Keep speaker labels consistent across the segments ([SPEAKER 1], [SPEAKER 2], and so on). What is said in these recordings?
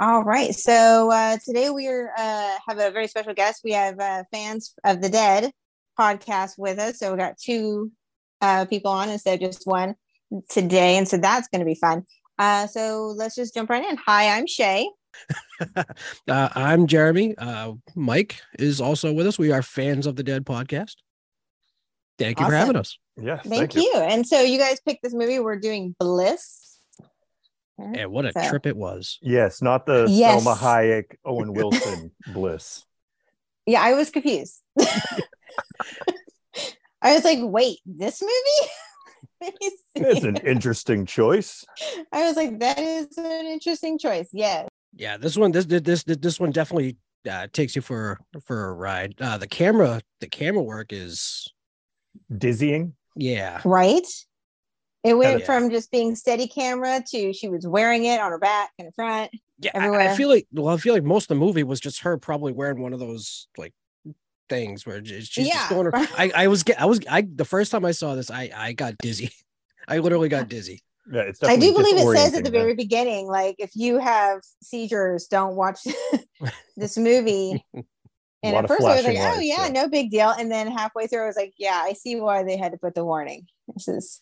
[SPEAKER 1] All right. So uh, today we are, uh, have a very special guest. We have uh, Fans of the Dead podcast with us. So we got two uh, people on instead of just one today. And so that's going to be fun. Uh, so let's just jump right in. Hi, I'm Shay.
[SPEAKER 2] uh, I'm Jeremy. Uh, Mike is also with us. We are fans of the Dead podcast. Thank you for
[SPEAKER 1] Awesome.
[SPEAKER 2] having us.
[SPEAKER 3] Yes.
[SPEAKER 1] Thank, you. And so you guys picked this movie. We're doing Bliss.
[SPEAKER 2] And what a
[SPEAKER 1] So-
[SPEAKER 2] trip it was.
[SPEAKER 3] Yes, not the
[SPEAKER 1] Yes.
[SPEAKER 3] Selma Hayek, Owen Wilson bliss.
[SPEAKER 1] Yeah, I was confused. I was like, wait, this movie? Let me
[SPEAKER 3] It's
[SPEAKER 1] see.
[SPEAKER 3] an interesting choice.
[SPEAKER 1] I was like, that is an interesting choice. Yes.
[SPEAKER 2] Yeah, this one, this this this, this one definitely uh, takes you for for a ride. Uh, the camera, the camera work is
[SPEAKER 3] Dizzying.
[SPEAKER 2] yeah,
[SPEAKER 1] Right? It went
[SPEAKER 2] yeah.
[SPEAKER 1] from just being steady camera to she was wearing it on her back and front.
[SPEAKER 2] yeah. I- I,
[SPEAKER 1] Everywhere.
[SPEAKER 2] feel like well, I feel like most of the movie was just her probably wearing one of those like things where j- she's
[SPEAKER 1] Yeah.
[SPEAKER 2] just going. ar- I I was get I was I the first time I saw this I I got dizzy. I literally got dizzy.
[SPEAKER 3] Yeah, it's
[SPEAKER 1] I do
[SPEAKER 3] definitely
[SPEAKER 1] believe it says at the
[SPEAKER 3] disorienting,
[SPEAKER 1] very beginning, like if you have seizures, don't watch this movie. And
[SPEAKER 3] Lot
[SPEAKER 1] at
[SPEAKER 3] of
[SPEAKER 1] first I was like,
[SPEAKER 3] flashing
[SPEAKER 1] oh
[SPEAKER 3] lights,
[SPEAKER 1] yeah,
[SPEAKER 3] yeah.
[SPEAKER 1] no big deal. And then halfway through, I was like, yeah, I see why they had to put the warning. This is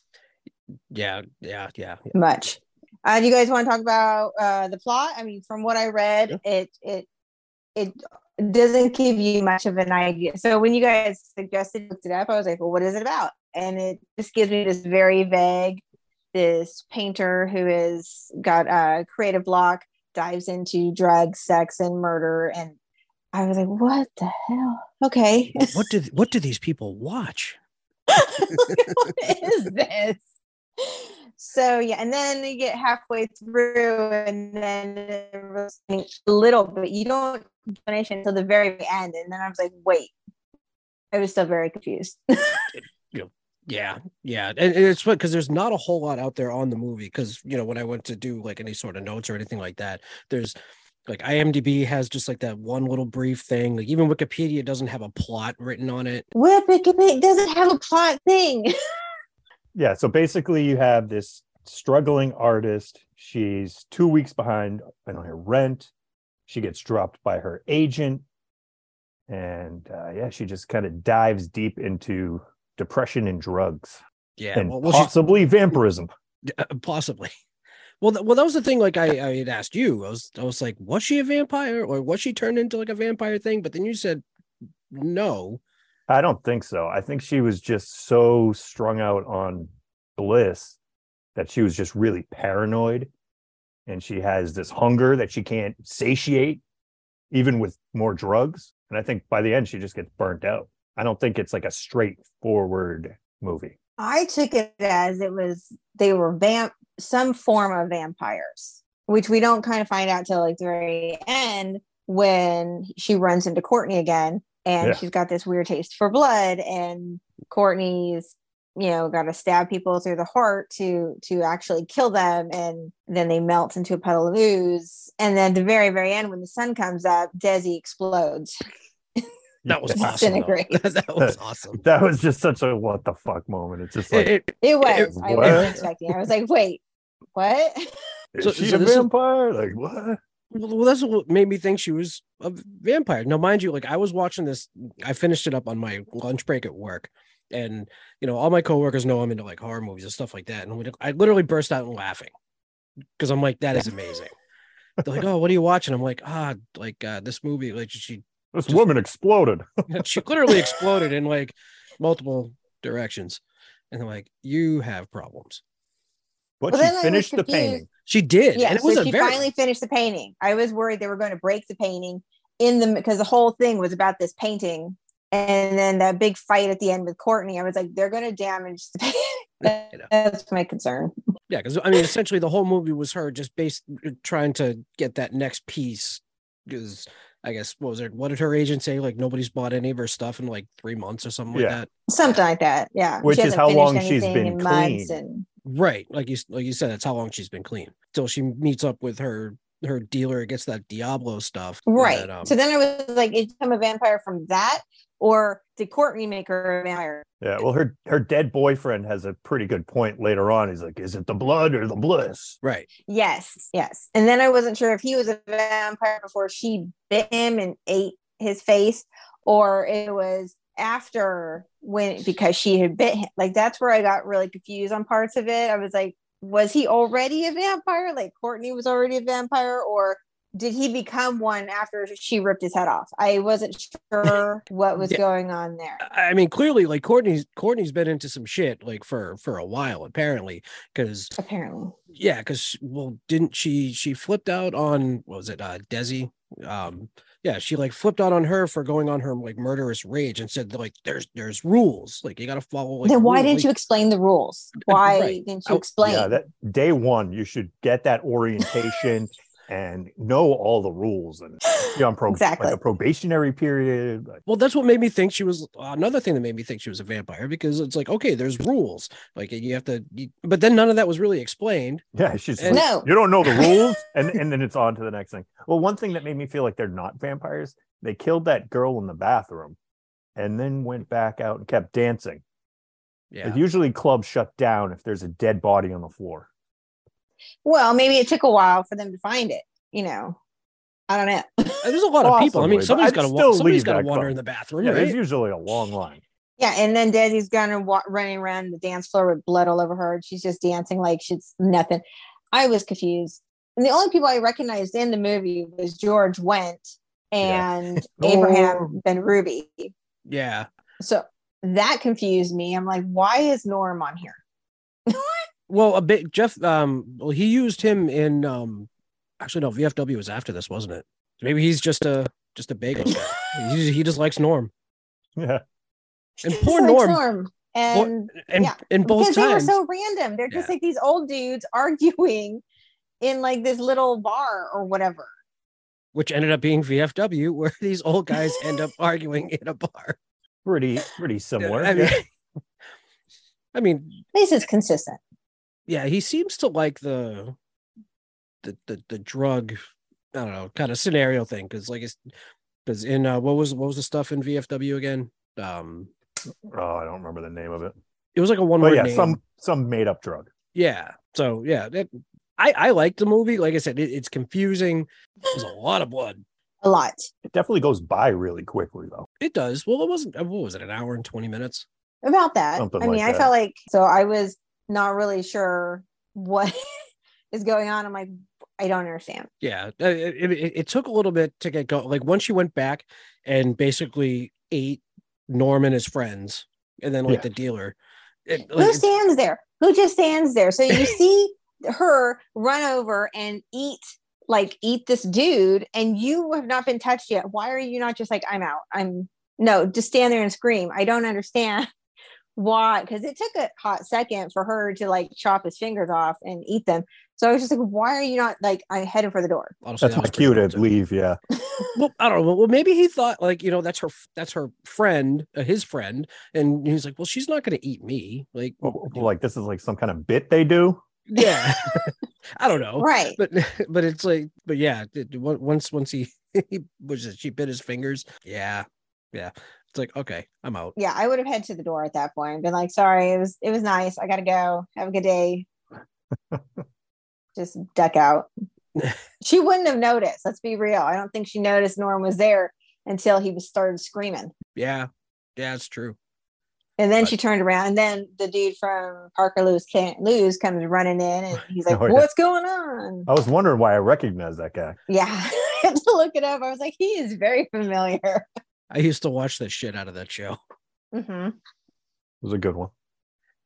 [SPEAKER 2] Yeah, yeah, yeah.
[SPEAKER 1] much. Uh, do you guys want to talk about uh, the plot? I mean, from what I read,
[SPEAKER 2] Sure.
[SPEAKER 1] it it it doesn't give you much of an idea. So when you guys suggested looked it up, I was like, well, what is it about? And it just gives me this very vague. This painter who is got a creative block dives into drugs, sex, and murder, and I was like, what the hell? Okay,
[SPEAKER 2] what do what do these people watch?
[SPEAKER 1] what is this? So yeah, and then you get halfway through, and then it was a little bit. You don't get explanation until the very end, and then I was like, wait. I was still very confused.
[SPEAKER 2] Yeah, yeah, and, and it's what because there's not a whole lot out there on the movie because you know when I went to do like any sort of notes or anything like that, there's like IMDb has just like that one little brief thing. Like even Wikipedia doesn't have a plot written on it.
[SPEAKER 1] Whipping it doesn't have a plot thing.
[SPEAKER 3] Yeah. So basically, you have this struggling artist. She's two weeks behind on her rent. She gets dropped by her agent. And uh, yeah, she just kind of dives deep into depression and drugs
[SPEAKER 2] Yeah,
[SPEAKER 3] and
[SPEAKER 2] well, well, she's-
[SPEAKER 3] possibly vampirism.
[SPEAKER 2] uh, possibly. Well, th- well, that was the thing. Like I, I had asked you, I was, I was like, was she a vampire or was she turned into like a vampire thing? But then you said no.
[SPEAKER 3] I don't think so. I think she was just so strung out on bliss that she was just really paranoid. And she has this hunger that she can't satiate, even with more drugs. And I think by the end, she just gets burnt out. I don't think it's like a straightforward movie.
[SPEAKER 1] I took it as it was they were vamp some form of vampires, which we don't kind of find out till like the very end when she runs into Courtney again and
[SPEAKER 3] Yeah.
[SPEAKER 1] she's got this weird taste for blood and Courtney's you know got to stab people through the heart to to actually kill them and then they melt into a puddle of ooze and then at the very very end when the sun comes up Desi explodes
[SPEAKER 2] That was
[SPEAKER 3] Yeah.
[SPEAKER 2] awesome. though.
[SPEAKER 1] Disintegrates.
[SPEAKER 2] that was awesome.
[SPEAKER 3] That was just such a what the fuck moment. It's just like,
[SPEAKER 2] It- it-
[SPEAKER 1] it was I wasn't
[SPEAKER 3] What?
[SPEAKER 1] expecting I was like wait what
[SPEAKER 3] is
[SPEAKER 2] So-
[SPEAKER 3] she
[SPEAKER 2] so
[SPEAKER 3] a
[SPEAKER 2] this is-
[SPEAKER 3] vampire? Like, what?
[SPEAKER 2] Well, well, that's what made me think she was a vampire. Now, mind you, like I was watching this, I finished it up on my lunch break at work, and you know, all my coworkers know I'm into like horror movies and stuff like that, and we, I literally burst out laughing because I'm like, that is amazing. They're like, oh, what are you watching? I'm like, ah, like uh, this movie, like she
[SPEAKER 3] This woman exploded.
[SPEAKER 2] she literally exploded in like multiple directions, and they're like, you have problems.
[SPEAKER 3] But
[SPEAKER 1] Well, then I
[SPEAKER 3] she
[SPEAKER 1] was
[SPEAKER 3] finished the
[SPEAKER 1] confused.
[SPEAKER 3] painting.
[SPEAKER 2] She did,
[SPEAKER 1] yeah,
[SPEAKER 2] and it
[SPEAKER 1] so
[SPEAKER 2] was a
[SPEAKER 1] she
[SPEAKER 2] very
[SPEAKER 1] finally finished the painting. I was worried they were going to break the painting in the because the whole thing was about this painting, and then that big fight at the end with Courtney. I was like, they're going to damage the painting.
[SPEAKER 2] I know.
[SPEAKER 1] That- That's my concern.
[SPEAKER 2] Yeah, because I mean, essentially, the whole movie was her just based trying to get that next piece. Because I guess what was it? What did her agent say? Like nobody's bought any of her stuff in like three months or something
[SPEAKER 3] Yeah.
[SPEAKER 2] like that.
[SPEAKER 1] Something like that. Yeah,
[SPEAKER 3] Which
[SPEAKER 1] She
[SPEAKER 3] is
[SPEAKER 1] hasn't
[SPEAKER 3] how
[SPEAKER 1] finished
[SPEAKER 3] long she's
[SPEAKER 1] anything
[SPEAKER 3] been
[SPEAKER 1] in months
[SPEAKER 3] clean.
[SPEAKER 1] and
[SPEAKER 2] Right, like you like you said, that's how long she's been clean till she meets up with her her dealer gets that Diablo stuff. and
[SPEAKER 1] Right.
[SPEAKER 2] that, um,
[SPEAKER 1] so then I was like, did she become a vampire from that? Or did Courtney make her a vampire?
[SPEAKER 3] Yeah, well, her her dead boyfriend has a pretty good point later on. He's like, "Is it the blood or the bliss?"
[SPEAKER 2] right.
[SPEAKER 1] Yes, yes. And then I wasn't sure if he was a vampire before she bit him and ate his face, or it was after when because she had bit him. Like that's where I got really confused on parts of it. I was like, was he already a vampire? Like Courtney was already a vampire, or did he become one after she ripped his head off? I wasn't sure what was
[SPEAKER 2] Yeah.
[SPEAKER 1] going on there.
[SPEAKER 2] I I mean, clearly, like Courtney's Courtney's been into some shit like for for a while apparently, because
[SPEAKER 1] Apparently,
[SPEAKER 2] yeah, because well, didn't she she flipped out on what was it uh Desi? Um, yeah, she like flipped out on her for going on her like murderous rage and said like there's there's rules like you got to follow. Like,
[SPEAKER 1] then why
[SPEAKER 2] rules.
[SPEAKER 1] didn't you explain the rules? Why
[SPEAKER 2] Right. Oh,
[SPEAKER 1] didn't
[SPEAKER 2] I-
[SPEAKER 1] you explain?
[SPEAKER 3] Yeah, that day one, you should get that orientation and know all the rules and be on pro-
[SPEAKER 1] Exactly.
[SPEAKER 3] like a probationary period. Like,
[SPEAKER 2] Well, that's what made me think she was another thing that made me think she was a vampire because it's like, okay, there's rules. Like you have to, you, but then none of that was really explained.
[SPEAKER 3] yeah, she's
[SPEAKER 2] And-
[SPEAKER 3] like,
[SPEAKER 1] no,
[SPEAKER 3] you don't know the rules, and and then it's on to the next thing. Well, one thing that made me feel like they're not vampires, they killed that girl in the bathroom, and then went back out and kept dancing.
[SPEAKER 2] Yeah.
[SPEAKER 3] Like, usually, clubs shut down if there's a dead body on the floor.
[SPEAKER 1] Well, maybe it took a while for them to find it. You know, I don't know.
[SPEAKER 2] And there's a lot of people. I mean,
[SPEAKER 3] Possibly, but
[SPEAKER 2] somebody's
[SPEAKER 3] I'd
[SPEAKER 2] got to
[SPEAKER 3] still
[SPEAKER 2] wa- somebody's
[SPEAKER 3] leave
[SPEAKER 2] got to
[SPEAKER 3] that
[SPEAKER 2] wander
[SPEAKER 3] club.
[SPEAKER 2] in the bathroom,
[SPEAKER 3] yeah,
[SPEAKER 2] right?
[SPEAKER 3] there's usually a long line.
[SPEAKER 1] yeah, and then Desi's gonna wa- running around the dance floor with blood all over her. And she's just dancing like she's nothing. I was confused, and the only people I recognized in the movie was George Wendt
[SPEAKER 3] Yeah.
[SPEAKER 1] and
[SPEAKER 3] Oh.
[SPEAKER 1] Abraham Ben Ruby.
[SPEAKER 2] yeah.
[SPEAKER 1] So that confused me. I'm like, why is Norm on here?
[SPEAKER 2] Well, a bit Jeff. Um, well, he used him in. Um, actually, no, VFW was after this, wasn't it? Maybe he's just a just a bagel. guy. he, he just likes Norm
[SPEAKER 3] Yeah.
[SPEAKER 2] And
[SPEAKER 1] Just
[SPEAKER 2] poor
[SPEAKER 1] like
[SPEAKER 2] Norm.
[SPEAKER 1] And
[SPEAKER 2] and
[SPEAKER 1] Yeah,
[SPEAKER 2] and both
[SPEAKER 1] because they were
[SPEAKER 2] times.
[SPEAKER 1] so random. They're just like these old dudes arguing in like this little bar or whatever.
[SPEAKER 2] which ended up being VFW, where these old guys end up arguing in a bar.
[SPEAKER 3] Pretty pretty similar.
[SPEAKER 2] I mean,
[SPEAKER 3] yeah.
[SPEAKER 2] I mean,
[SPEAKER 1] This is consistent.
[SPEAKER 2] yeah, he seems to like the the the, the drug, I don't know, kind of scenario thing because like it's because in uh, what was what was the stuff in VFW again? Um,
[SPEAKER 3] Oh, I don't remember the name of it.
[SPEAKER 2] it was like a one word
[SPEAKER 3] But Oh, yeah,
[SPEAKER 2] name.
[SPEAKER 3] some some made up drug.
[SPEAKER 2] Yeah. So yeah, that, I I liked the movie. Like I said, it, it's confusing. There's a lot of blood.
[SPEAKER 1] A lot.
[SPEAKER 3] It definitely goes by really quickly though.
[SPEAKER 2] It does. Well, it wasn't. uh, What was it? An hour and twenty minutes.
[SPEAKER 1] About that.
[SPEAKER 3] Something
[SPEAKER 1] I mean,
[SPEAKER 3] like
[SPEAKER 1] I
[SPEAKER 3] that.
[SPEAKER 1] felt like so I was not really sure what is going on. I'm like, I don't understand.
[SPEAKER 2] Yeah, uh, it, it, it took a little bit to get going. Like once she went back and basically ate Norm and his friends, and then like
[SPEAKER 3] Yeah.
[SPEAKER 2] the dealer. It,
[SPEAKER 1] Who
[SPEAKER 2] like,
[SPEAKER 1] stands there? Who just stands there? So you see her run over and eat like eat this dude and you have not been touched yet. Why are you not just like I'm out? I'm no, just stand there and scream. I don't understand why cuz it took a hot second for her to like chop his fingers off and eat them. So I was just like why are you not like I'm headed for the door?
[SPEAKER 2] honestly,
[SPEAKER 3] That's
[SPEAKER 2] that
[SPEAKER 3] my
[SPEAKER 2] was pretty
[SPEAKER 3] cue to
[SPEAKER 2] dumb, too.
[SPEAKER 3] leave. Yeah.
[SPEAKER 2] Well, I don't know. Well, maybe he thought like you know that's her that's her friend, uh, his friend, and he's like, well, she's not going to eat me. Like,
[SPEAKER 3] Well, like this is like some kind of bit they do.
[SPEAKER 2] yeah, I don't know.
[SPEAKER 1] Right.
[SPEAKER 2] but but it's like but yeah it- on- once once he he was it, she bit his fingers yeah yeah it's like okay i'm out
[SPEAKER 1] yeah, I would have headed to the door at that point and been like, sorry, it was it was nice. I gotta go. Have a good day. Just duck out. she wouldn't have noticed. Let's be real. I don't think she noticed Norm was there until he was started screaming.
[SPEAKER 2] yeah yeah it's true
[SPEAKER 1] And then
[SPEAKER 2] Right.
[SPEAKER 1] she turned around and then the dude from Parker Lewis can't lose comes running in and he's like,
[SPEAKER 3] Oh, yeah. Oh.
[SPEAKER 1] What's going on?
[SPEAKER 3] I was wondering why I recognized that guy.
[SPEAKER 1] Yeah. I had to look it up. I was like, he is very familiar.
[SPEAKER 2] i used to watch the shit out of that show
[SPEAKER 1] hmm
[SPEAKER 3] It was a good one.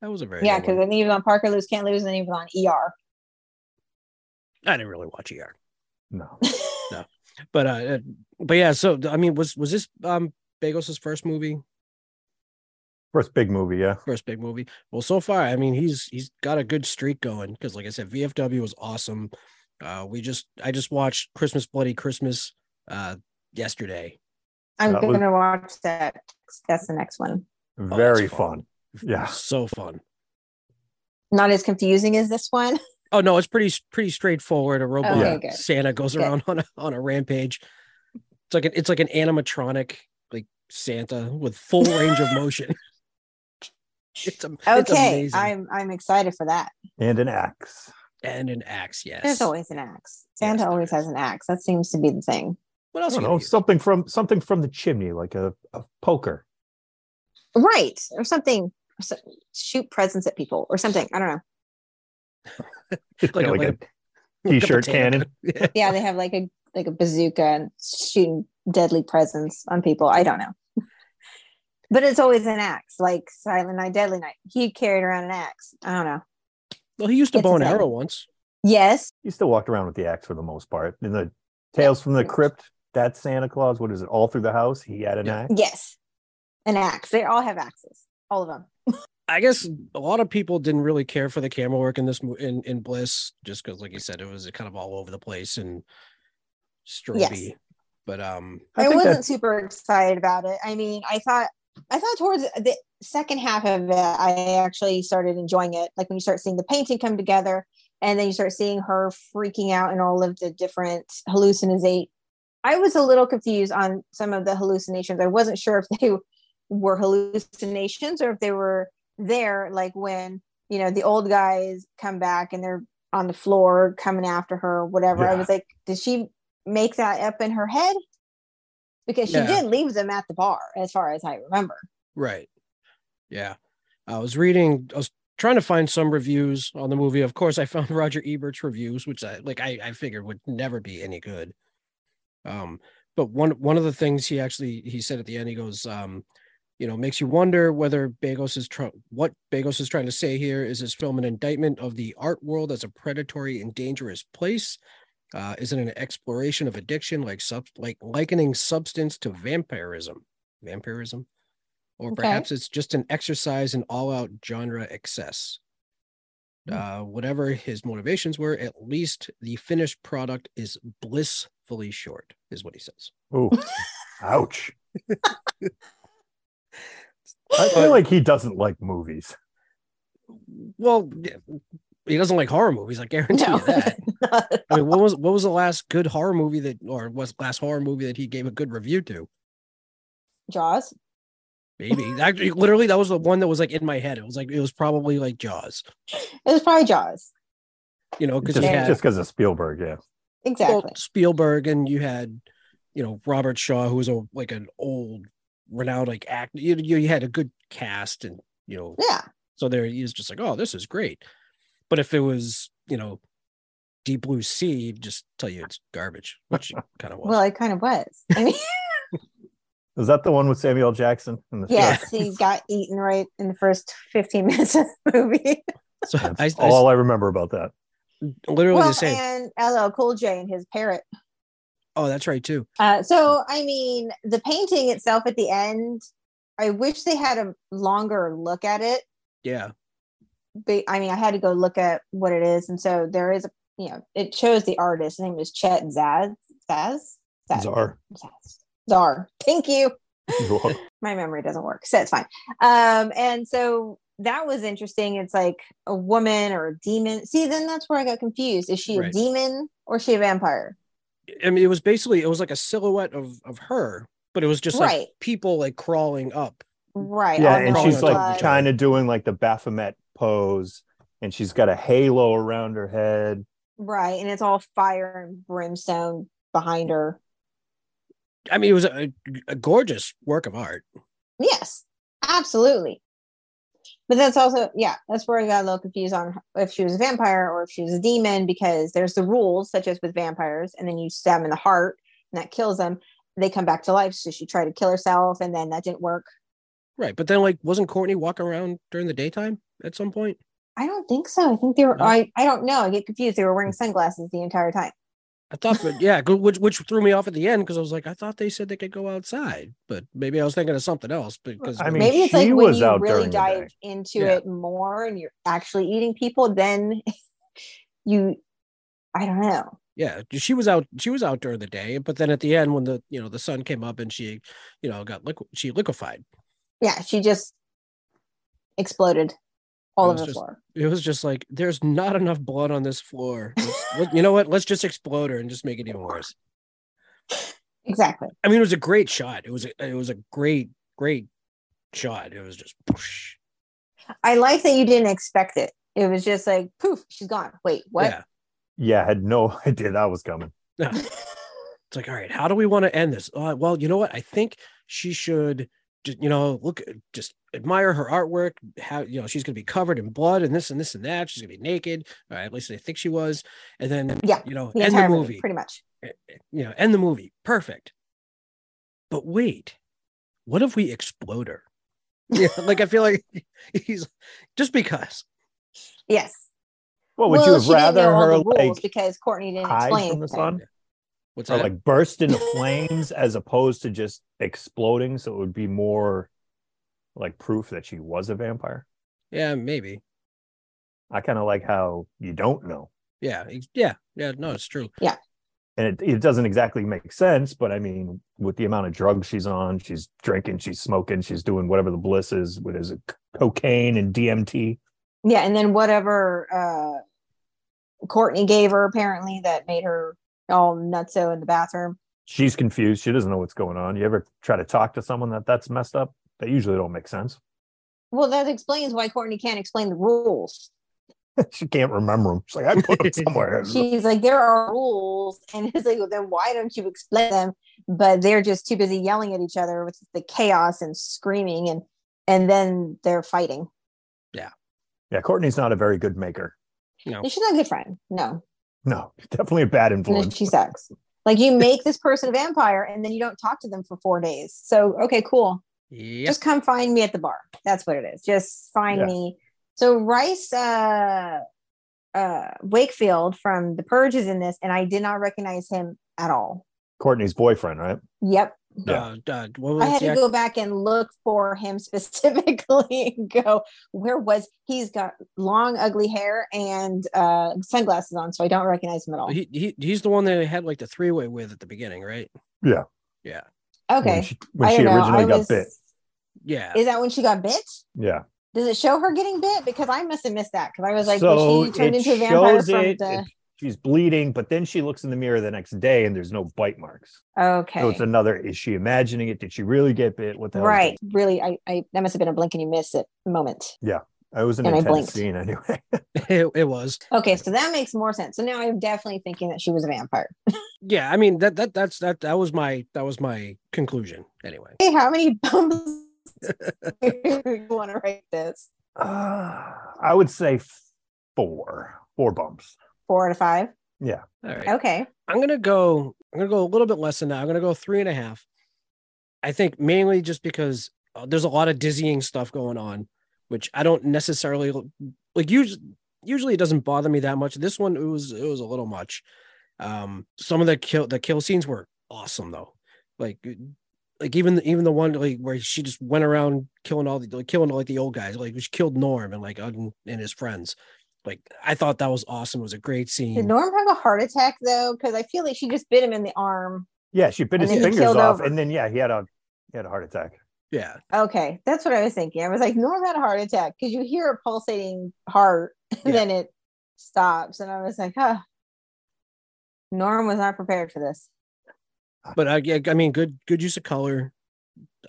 [SPEAKER 2] that was a very
[SPEAKER 1] Yeah,
[SPEAKER 2] good
[SPEAKER 1] because
[SPEAKER 2] one.
[SPEAKER 1] then he was on Parker Lewis Can't Lose and then he was on ER.
[SPEAKER 2] i didn't really watch er
[SPEAKER 3] No.
[SPEAKER 2] but uh uh, but yeah so i mean was was this um bagos's first movie
[SPEAKER 3] First big movie, yeah.
[SPEAKER 2] first big movie well so far i mean he's he's got a good streak going because like i said vfw was awesome uh we just i just watched christmas bloody christmas uh yesterday
[SPEAKER 1] I'm
[SPEAKER 3] That was-
[SPEAKER 1] gonna watch that. That's the next one.
[SPEAKER 2] Oh,
[SPEAKER 3] Very
[SPEAKER 2] it's
[SPEAKER 3] fun. Yeah.
[SPEAKER 2] so fun
[SPEAKER 1] Not as confusing as this one.
[SPEAKER 2] Oh no, it's pretty pretty straightforward. A robot
[SPEAKER 1] Oh, Okay, good.
[SPEAKER 2] Santa goes
[SPEAKER 1] Good.
[SPEAKER 2] around on a, on a rampage. It's like an, it's like an animatronic like Santa with full range of motion. It's, am- it's
[SPEAKER 1] Okay,
[SPEAKER 2] amazing.
[SPEAKER 1] I'm I'm excited for that.
[SPEAKER 3] and an axe.
[SPEAKER 2] and an axe. Yes.
[SPEAKER 1] There's always an axe. Santa
[SPEAKER 2] Yes, there
[SPEAKER 1] always
[SPEAKER 2] is.
[SPEAKER 1] has an axe. That seems to be the thing.
[SPEAKER 2] what
[SPEAKER 3] I
[SPEAKER 2] else?
[SPEAKER 3] don't
[SPEAKER 2] you
[SPEAKER 3] know,
[SPEAKER 2] need?
[SPEAKER 3] something from something from the chimney, like a, a poker.
[SPEAKER 1] Right. Or something or so- shoot presents at people or something. I don't know.
[SPEAKER 2] Like a- like
[SPEAKER 3] like a
[SPEAKER 2] Like a
[SPEAKER 3] t-shirt
[SPEAKER 2] potato.
[SPEAKER 3] cannon.
[SPEAKER 2] Yeah.
[SPEAKER 1] Yeah, they have like a like a bazooka and shooting deadly presents on people. I don't know. but it's always an axe, like Silent Night, Deadly Night. He carried around an axe. I don't know.
[SPEAKER 2] Well, he used a
[SPEAKER 1] It's
[SPEAKER 2] bow and
[SPEAKER 1] insane.
[SPEAKER 2] arrow once.
[SPEAKER 1] Yes.
[SPEAKER 3] He still walked around with the axe for the most part. In the Tales from the
[SPEAKER 1] pretty much.
[SPEAKER 3] Crypt, that's Santa Claus. What is it? All through the house, he had an
[SPEAKER 2] Yeah.
[SPEAKER 3] axe.
[SPEAKER 1] Yes. An axe. They all have axes. All of them.
[SPEAKER 2] I guess a lot of people didn't really care for the camera work in this mo- in in Bliss, just because, like you said, it was kind of all over the place and stroby. But um,
[SPEAKER 1] I,
[SPEAKER 3] think
[SPEAKER 1] wasn't
[SPEAKER 3] that-
[SPEAKER 1] super excited about it. I mean, I thought I thought towards the second half of it, I actually started enjoying it. Like when you start seeing the painting come together, and then you start seeing her freaking out and all of the different hallucinate. I was a little confused on some of the hallucinations. I wasn't sure if they were hallucinations or if they were there, like when you know the old guys come back and they're on the floor coming after her, whatever. I
[SPEAKER 3] Yeah.
[SPEAKER 1] was like, did she make that up in her head? because she
[SPEAKER 2] Yeah.
[SPEAKER 1] did leave them at the bar as far as i remember
[SPEAKER 2] right, yeah, I was reading. I was trying to find some reviews on the movie. Of course, I found Roger Ebert's reviews, which I like. I I figured would never be any good. Um, but one one of the things he actually he said at the end, he goes, um, you know, makes you wonder whether Bagos is trying what Bagos is trying to say here is this film an indictment of the art world as a predatory and dangerous place? Uh, is it an exploration of addiction, like sub like likening substance to vampirism, vampirism, or
[SPEAKER 1] Okay.
[SPEAKER 2] perhaps it's just an exercise in all out genre excess?
[SPEAKER 3] Hmm.
[SPEAKER 2] Uh, whatever his motivations were, at least the finished product is blissfully short, is what he says.
[SPEAKER 3] Ooh, ouch. I
[SPEAKER 2] But-
[SPEAKER 3] feel like he doesn't like movies.
[SPEAKER 2] Well, yeah, he doesn't like horror movies. I guarantee
[SPEAKER 1] No.
[SPEAKER 2] you that. I mean, what was what was the last good horror movie that, or was last horror movie that he gave a good review to?
[SPEAKER 1] jaws
[SPEAKER 2] Maybe actually, literally, that was the one that was like in my head. It was like it was probably like Jaws,
[SPEAKER 1] it was probably jaws
[SPEAKER 2] you know, because
[SPEAKER 3] Just
[SPEAKER 2] you
[SPEAKER 1] Yeah.
[SPEAKER 2] had
[SPEAKER 3] just because of Spielberg, yeah.
[SPEAKER 1] exactly
[SPEAKER 2] well, Spielberg and you had, you know, Robert Shaw, who was a like an old, renowned like act. You you had a good cast, and you know,
[SPEAKER 1] yeah
[SPEAKER 2] So there he is just like, oh, this is great. But if it was, you know, Deep Blue Sea, he'd just tell you it's garbage, which kind of was.
[SPEAKER 1] well it kind of was I mean,
[SPEAKER 3] Is that the one with Samuel L. Jackson? In the
[SPEAKER 1] yes he got eaten right in the first 15 minutes of the movie
[SPEAKER 2] so
[SPEAKER 3] film?
[SPEAKER 2] I,
[SPEAKER 3] That's
[SPEAKER 2] I
[SPEAKER 3] all I remember about that.
[SPEAKER 2] literally
[SPEAKER 1] well,
[SPEAKER 2] the same.
[SPEAKER 1] and ll cool j and his parrot
[SPEAKER 2] oh, that's right too.
[SPEAKER 1] uh, so i mean the painting itself at the end i wish they had a longer look at it
[SPEAKER 2] Yeah.
[SPEAKER 1] ba- I mean, I had to go look at what it is, and so there is a you know it shows the artist. His name is Chet Zaz Zaz Zaz
[SPEAKER 3] Czar.
[SPEAKER 1] Zaz Czar. Thank you. My memory doesn't work, so it's fine. Um, and so that was interesting. It's like a woman or a demon. See, then that's where I got confused. Is she a
[SPEAKER 2] Right.
[SPEAKER 1] demon or is she a vampire?
[SPEAKER 2] I mean, it was basically it was like a silhouette of of her, but it was just like
[SPEAKER 1] Right.
[SPEAKER 2] people like crawling up.
[SPEAKER 1] Right.
[SPEAKER 3] yeah,
[SPEAKER 1] all
[SPEAKER 3] and
[SPEAKER 1] the
[SPEAKER 3] she's
[SPEAKER 1] blood.
[SPEAKER 3] like kind of doing like the Baphomet pose, and she's got a halo around her head.
[SPEAKER 1] right, and it's all fire and brimstone behind her.
[SPEAKER 2] I mean, it was a, a gorgeous work of art.
[SPEAKER 1] Yes, absolutely. But that's also, yeah, that's where I got a little confused on if she was a vampire or if she was a demon, because there's the rules, such as with vampires, and then you stab them in the heart and that kills them. They come back to life. So she tried to kill herself and then that didn't work.
[SPEAKER 2] Right. But then like wasn't Courtney walking around during the daytime at some point?
[SPEAKER 1] I don't think so. I think they were,
[SPEAKER 2] No?
[SPEAKER 1] I, I don't know. I get confused. They were wearing sunglasses the entire time.
[SPEAKER 2] I thought, but yeah, good- which which threw me off at the end because I was like, I thought they said they could go outside, but maybe I was thinking of something else. Because
[SPEAKER 3] I mean,
[SPEAKER 1] Maybe it's
[SPEAKER 3] she
[SPEAKER 1] like when
[SPEAKER 3] was
[SPEAKER 1] you
[SPEAKER 3] out
[SPEAKER 1] really
[SPEAKER 3] during the day.
[SPEAKER 1] dive into
[SPEAKER 2] Yeah.
[SPEAKER 1] it more and you're actually eating people, then you, I don't know.
[SPEAKER 2] yeah, she was out. She was out during the day, but then at the end, when the you know the sun came up and she, you know, got liqu- she liquefied.
[SPEAKER 1] yeah, she just exploded all over
[SPEAKER 2] It was
[SPEAKER 1] the
[SPEAKER 2] just-
[SPEAKER 1] floor.
[SPEAKER 2] It was just like there's not enough blood on this floor. Let's- let- you know what? Let's just explode her and just make it even worse.
[SPEAKER 1] Exactly.
[SPEAKER 2] I mean, it was a great shot. It was a, it was a great great shot. It was just poosh.
[SPEAKER 1] I like that you didn't expect it. It was just like poof, she's gone. Wait, what?
[SPEAKER 2] Yeah.
[SPEAKER 3] Yeah, I had no idea that was coming.
[SPEAKER 2] It's like, all right, how do we want to end this? Uh, well, you know what? I think she should, ju- you know, look, just admire her artwork. How you know she's going to be covered in blood and this and this and that. She's going to be naked. Or at least I think she was. And then,
[SPEAKER 1] Yeah,
[SPEAKER 2] you know,
[SPEAKER 1] The
[SPEAKER 2] end
[SPEAKER 1] entire
[SPEAKER 2] the
[SPEAKER 1] movie,
[SPEAKER 2] movie.
[SPEAKER 1] pretty much.
[SPEAKER 2] you know, end the movie. Perfect. But wait, what if we explode her? Yeah, like I feel like he's just because.
[SPEAKER 1] Yes.
[SPEAKER 3] What would you have
[SPEAKER 1] she didn't
[SPEAKER 3] rather
[SPEAKER 1] know all
[SPEAKER 3] her
[SPEAKER 1] the rules
[SPEAKER 3] like
[SPEAKER 1] because Courtney didn't
[SPEAKER 3] hide
[SPEAKER 1] explain
[SPEAKER 3] from the
[SPEAKER 1] anything.
[SPEAKER 3] sun
[SPEAKER 2] What's
[SPEAKER 3] or
[SPEAKER 2] that?
[SPEAKER 3] like burst into flames as opposed to just exploding? So it would be more like proof that she was a vampire.
[SPEAKER 2] yeah, maybe.
[SPEAKER 3] I kind of like how you don't know,
[SPEAKER 2] Yeah, ex- yeah, yeah. No, it's true.
[SPEAKER 3] and it, it doesn't exactly make sense. But I mean, with the amount of drugs she's on, she's drinking, she's smoking, she's doing whatever the bliss is. What is it? Cocaine and DMT.
[SPEAKER 1] Yeah, and then whatever uh Courtney gave her apparently that made her all nutso in the bathroom.
[SPEAKER 3] she's confused. She doesn't know what's going on. You ever try to talk to someone that that's messed up? That usually don't make sense.
[SPEAKER 1] Well, that explains why Courtney can't explain the rules.
[SPEAKER 3] she can't remember them. She's like, I put them somewhere.
[SPEAKER 1] She's like, there are rules, and it's like, well, then why don't you explain them? But they're just too busy yelling at each other with the chaos and screaming, and and then they're fighting.
[SPEAKER 3] yeah, Courtney's not a very good maker.
[SPEAKER 2] No.
[SPEAKER 1] She's not a good friend. No,
[SPEAKER 3] No, definitely a bad
[SPEAKER 1] No,
[SPEAKER 3] influence.
[SPEAKER 1] she sucks. Like you make this person a vampire, and then you don't talk to them for four days. So okay, cool.
[SPEAKER 2] Yep.
[SPEAKER 1] just come find me at the bar that's what it is just find
[SPEAKER 3] Yeah.
[SPEAKER 1] me so rice uh uh wakefield from the purge is in this and i did not recognize him at all
[SPEAKER 3] Courtney's boyfriend, right?
[SPEAKER 1] yep
[SPEAKER 3] Yeah.
[SPEAKER 2] Uh, uh, what
[SPEAKER 1] i
[SPEAKER 2] was
[SPEAKER 1] had
[SPEAKER 2] the
[SPEAKER 1] to
[SPEAKER 2] act-
[SPEAKER 1] go back and look for him specifically and go where was he's got long ugly hair and uh sunglasses on so i don't recognize him at all
[SPEAKER 2] he, he he's the one that I had like the three way with at the beginning, right?
[SPEAKER 3] When
[SPEAKER 1] okay
[SPEAKER 3] she, when
[SPEAKER 1] i
[SPEAKER 3] she
[SPEAKER 1] don't know
[SPEAKER 3] originally
[SPEAKER 1] I
[SPEAKER 3] got
[SPEAKER 1] was,
[SPEAKER 3] bit.
[SPEAKER 2] Yeah.
[SPEAKER 1] is that when she got bit
[SPEAKER 3] Yeah.
[SPEAKER 1] does it show her getting bit because i must have missed that because i was like
[SPEAKER 3] so
[SPEAKER 1] well, she turned
[SPEAKER 3] it
[SPEAKER 1] into a vampire
[SPEAKER 3] shows
[SPEAKER 1] from
[SPEAKER 3] it.
[SPEAKER 1] the
[SPEAKER 3] it- She's bleeding, but then she looks in the mirror the next day and there's no bite marks.
[SPEAKER 1] okay
[SPEAKER 3] So it's another, is she imagining it? Did she really get bit? What the hell? is
[SPEAKER 1] right really I, I that must have been a blink and you miss it moment
[SPEAKER 3] going- It was an
[SPEAKER 1] And I blinked.
[SPEAKER 3] intense scene anyway.
[SPEAKER 2] it, it was.
[SPEAKER 1] okay so that makes more sense so now i'm definitely thinking that she was a vampire
[SPEAKER 2] Yeah, I mean that that that's that that was my that was my conclusion anyway.
[SPEAKER 1] hey how many bumps you want to write this
[SPEAKER 3] Uh, I would say four, four bumps.
[SPEAKER 1] four out of five
[SPEAKER 2] All right.
[SPEAKER 1] okay
[SPEAKER 2] I'm gonna go. I'm gonna go a little bit less than that. I'm gonna go three and a half. I think mainly just because uh, there's a lot of dizzying stuff going on, which I don't necessarily like. Usually, usually it doesn't bother me that much. This one it was it was a little much. Um, some of the kill the kill scenes were awesome though. Like, uh, like even even the one like where she just went around killing all the like, killing like the old guys. Like she killed Norm and like and, and his friends. Like I thought that was awesome. It was a great scene.
[SPEAKER 1] did norm have a heart attack though because i feel like she just bit him in the arm
[SPEAKER 3] Yeah, she bit
[SPEAKER 1] And
[SPEAKER 3] his
[SPEAKER 1] then he
[SPEAKER 3] fingers
[SPEAKER 1] keeled
[SPEAKER 3] off,
[SPEAKER 1] over.
[SPEAKER 3] and then yeah, he had a he had a heart attack.
[SPEAKER 2] yeah.
[SPEAKER 1] okay that's what i was thinking i was like norm had a heart attack because you hear a pulsating heart and
[SPEAKER 2] Yeah.
[SPEAKER 1] then it stops and i was like huh norm was not prepared for this
[SPEAKER 2] but I, yeah, I mean, good, good use of color.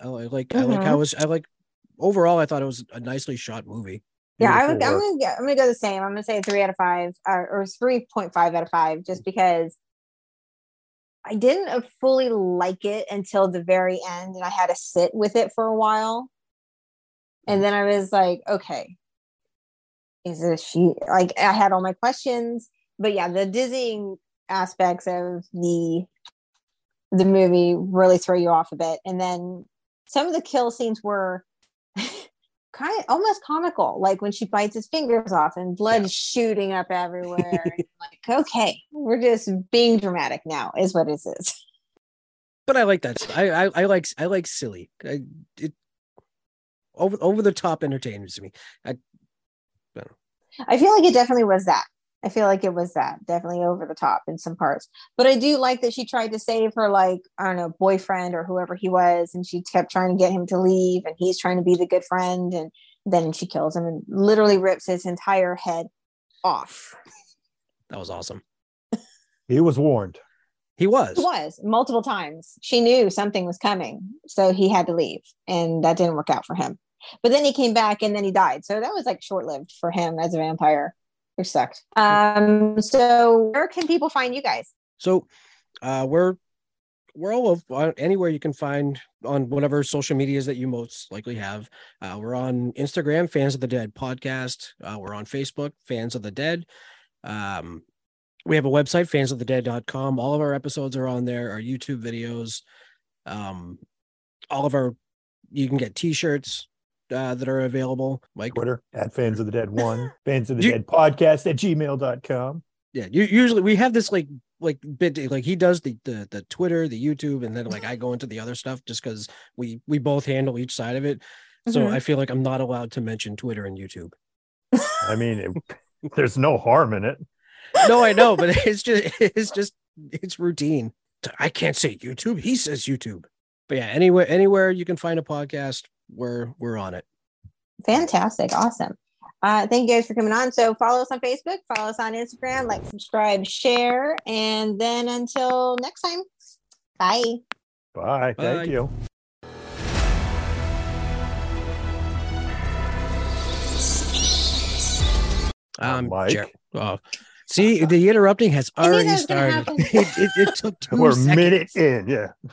[SPEAKER 2] I li- like, I like
[SPEAKER 1] Mhm.
[SPEAKER 2] how it's, I like overall, I thought it was a nicely shot movie.
[SPEAKER 1] Yeah, I would, I'm
[SPEAKER 3] Beautiful work.
[SPEAKER 1] gonna go, I'm gonna go the same. I'm gonna say three out of five or, or three point five out of five, just
[SPEAKER 3] Mm-hmm.
[SPEAKER 1] because I didn't uh, fully like it until the very end, and I had to sit with it for a while,
[SPEAKER 3] Mm-hmm.
[SPEAKER 1] and then I was like, okay, is this she? Like, I had all my questions, but yeah, the dizzying aspects of the the movie really throw you off a bit, and then some of the kill scenes were kind of almost comical, like when she bites his fingers off and blood shooting up everywhere. and like, okay, we're just being dramatic now, is what it is.
[SPEAKER 2] But I like that. st- I, I, I like, I like silly. I, it over over the top entertains me.
[SPEAKER 1] I feel like it definitely was that. I feel like it was that definitely over the top in some parts, but I do like that she tried to save her, like I don't know, boyfriend or whoever he was, and she kept trying to get him to leave, and he's trying to be the good friend, and Then she kills him and literally rips his entire head off.
[SPEAKER 2] That was awesome.
[SPEAKER 3] He was warned.
[SPEAKER 2] He was.
[SPEAKER 1] It was multiple times. She knew something was coming, so he had to leave, and that didn't work out for him. But then he came back, and then he died. So that was like short lived for him as a vampire, which sucked. Um, so where can people find you guys?
[SPEAKER 2] So uh, we're we're all of uh, anywhere you can find on whatever social medias that you most likely have. Uh, we're on Instagram, Fans of the Dead podcast. Uh, we're on Facebook, Fans of the Dead. Um, we have a website, fansofthedead.com. All of our episodes are on there, our YouTube videos, um, all of our, you can get t shirts uh, that are available. Mike,
[SPEAKER 3] Twitter at fans of the dead one, fans of the
[SPEAKER 2] You-
[SPEAKER 3] dead podcast at gmail.com.
[SPEAKER 2] yeah you, usually we have this like like bit like he does the, the the twitter the youtube and then like i go into the other stuff just because we we both handle each side of it so
[SPEAKER 1] Mhm.
[SPEAKER 2] i feel like i'm not allowed to mention twitter and youtube
[SPEAKER 3] I mean, it, there's no harm in it.
[SPEAKER 2] no i know but it's just it's just it's routine i can't say youtube he says youtube but yeah anywhere anywhere you can find a podcast we're we're on it
[SPEAKER 1] Fantastic. Awesome. Uh, thank you guys for coming on. So follow us on Facebook, follow us on Instagram, like, subscribe, share. And then until next time, bye.
[SPEAKER 3] Bye. Thank
[SPEAKER 2] Bye.
[SPEAKER 3] you.
[SPEAKER 2] um
[SPEAKER 3] Mike.
[SPEAKER 2] Jer- oh. see the interrupting has
[SPEAKER 1] I knew that
[SPEAKER 2] already
[SPEAKER 1] was gonna
[SPEAKER 2] started it, it, it took two
[SPEAKER 3] We're a
[SPEAKER 2] seconds.
[SPEAKER 3] minute in. Yeah.